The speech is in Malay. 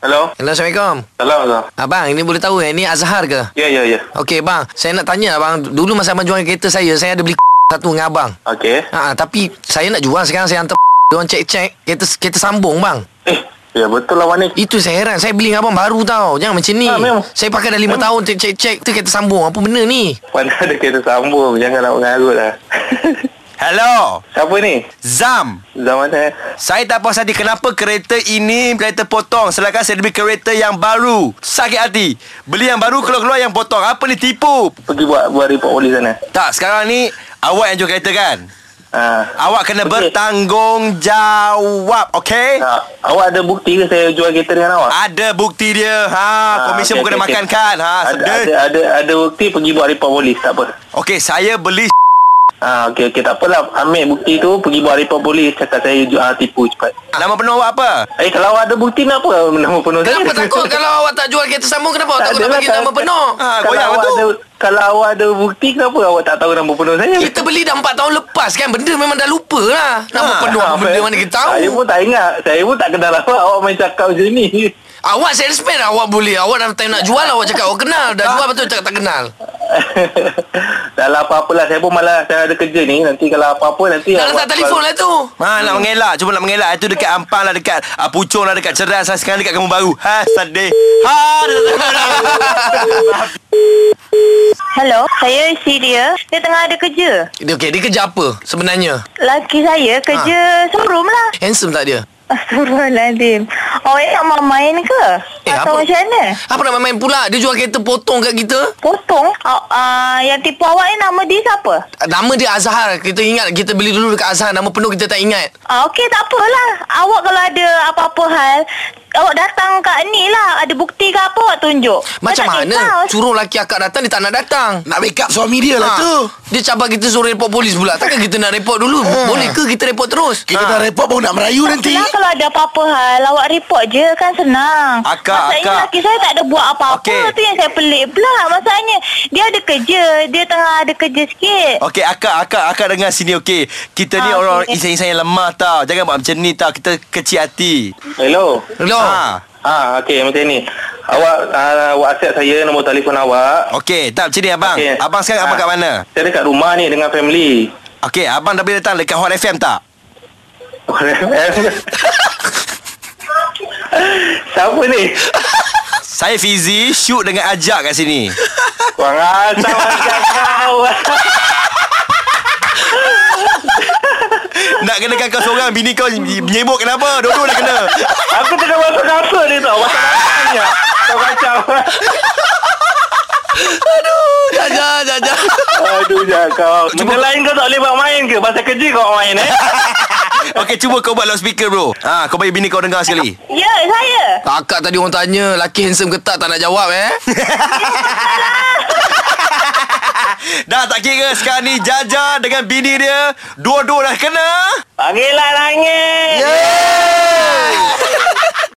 Hello? Hello, Assalamualaikum. Salam Azhar. Abang, ini boleh tahu eh? Ni Azhar ke? Ya, ya, ya. Okey, bang. Saya nak tanya abang. Dulu masa abang jual kereta saya, saya ada beli satu dengan abang. Okey. Ha, tapi saya nak jual sekarang saya hantar Diorang cek-cek Kereta kereta sambung bang Eh, ya betul lah Wan ni. Itu saya heran Saya beli dengan abang baru tau Jangan macam ni Ah, memang. Saya pakai dah 5 tahun Cek-cek Tu kereta sambung Apa benda ni Mana ada kereta sambung. Jangan nak mengarut lah. Hello Siapa ni? Zam Zaman eh. Saya tak puas hati Kenapa kereta ini Kereta potong Sedangkan saya beli kereta yang baru Sakit hati Beli yang baru Keluar-keluar yang potong Apa ni tipu Pergi buat buat report polis sana. Tak sekarang ni Awak yang jual kereta kan Ha. Awak kena Okey. bertanggungjawab Okay ha. Awak ada bukti ke saya jual kereta dengan awak? Ada bukti dia ha, Ah, Komisen okey, pun kena okey, makan okey. kan ha, Ah, ada, ada, sedih. ada, ada bukti pergi buat report polis. Tak apa. Okey saya beli Ha, okey, okey. Tak apalah. Ambil bukti tu. Pergi buat report polis. Cakap saya jual ha, tipu cepat. Nama penuh awak apa? Eh, kalau awak ada bukti nak apa? Nama penuh saya? Kenapa takut Kalau awak tak jual kereta sambung Kenapa awak Tak takut ada nak lah, bagi tak- nama penuh Ah, Ha, kalau goyak awak betul. ada, kalau awak ada bukti kenapa awak tak tahu nama penuh saya? Kita beli dah 4 tahun lepas kan Benda memang dah lupa lah Nama Ha, penuh apa Ah, Apa? Benda mana kita Saya tahu pun tak ingat Saya pun tak kenal awak Awak main cakap macam ni Awak salesman Awak boleh Awak dah time nak jual Awak cakap awak kenal Dah jual betul cakap tak kenal Dah lah apa-apalah Saya pun malah Saya ada kerja ni Nanti kalau apa-apa Nanti Dah letak telefon lah tu Ha, Hmm. nak mengelak Cuma nak mengelak Itu dekat Ampang lah Dekat uh, Ah, Pucung lah Dekat Ceras lah Sekarang dekat Kampung Baru Ha sedih Ha Hello, saya isteri dia. Dia tengah ada kerja. Dia okay, dia kerja apa sebenarnya? Laki saya Ah. kerja ha. showroom lah. Handsome tak dia? Astagfirullahaladzim. Oh, eh, nak main-main ke? Eh, Atau apa- macam mana? Apa nak main pula? Dia jual kereta potong kat kita. Potong. Uh, uh, yang tipu awak ni nama dia siapa? Nama dia Azhar. Kita ingat kita beli dulu dekat Azhar. Nama penuh kita tak ingat. Ah, Okey, tak apalah. Awak kalau ada apa-apa hal, awak datang kat ni lah. Ada bukti ke apa awak tunjuk. Macam Saya tak mana? kisah. Suruh laki akak datang, dia tak nak datang. Nak backup suami dia lah Ha, tu Dia cabar kita suruh report polis pula. Takkan kita nak report dulu? Boleh ke kita report terus? Ha. Ha. Kita dah report baru nak merayu nanti Senang kalau ada apa-apa hal Awak report je kan senang Akak, Masalahnya akak. laki saya tak ada buat apa-apa Okey. Tu yang saya pelik pula Masalahnya Dia ada kerja Dia tengah ada kerja sikit Okey akak Akak akak dengar sini okey Kita ni Ah, orang okey. Insan-insan yang lemah tau Jangan buat macam ni tau Kita kecil hati lah. Hello Hello. Ha Ah, okey macam ni. Awak uh, WhatsApp saya nombor telefon awak. Okey tak macam ni abang Okey. Abang sekarang abang Ah. kat mana? Saya dekat rumah ni dengan family. Okey abang dah boleh datang Dekat Hot FM tak? Siapa ni? Saya Fizi Shoot dengan Ajak kat sini Kurang asam macam kau. Nak kenakan kau seorang Bini kau menyebut kenapa? Dua-dua dah kena Aku tengah masuk kasut ni tau. Masuk kasut ni. Kau kacau. Jaja, jaja. Aduh, jangan kau. Benda lain kau tak boleh buat main ke? Pasal kerja kau buat main eh? Okey cuba kau buat loudspeaker bro Ha kau bagi bini kau dengar sekali Ya saya Akak tadi orang tanya, laki handsome ke tak? Tak nak jawab eh. Dah tak kira sekarang ni Jaja dengan bini dia Dua-dua dah kena Panggil lah langit. Yeay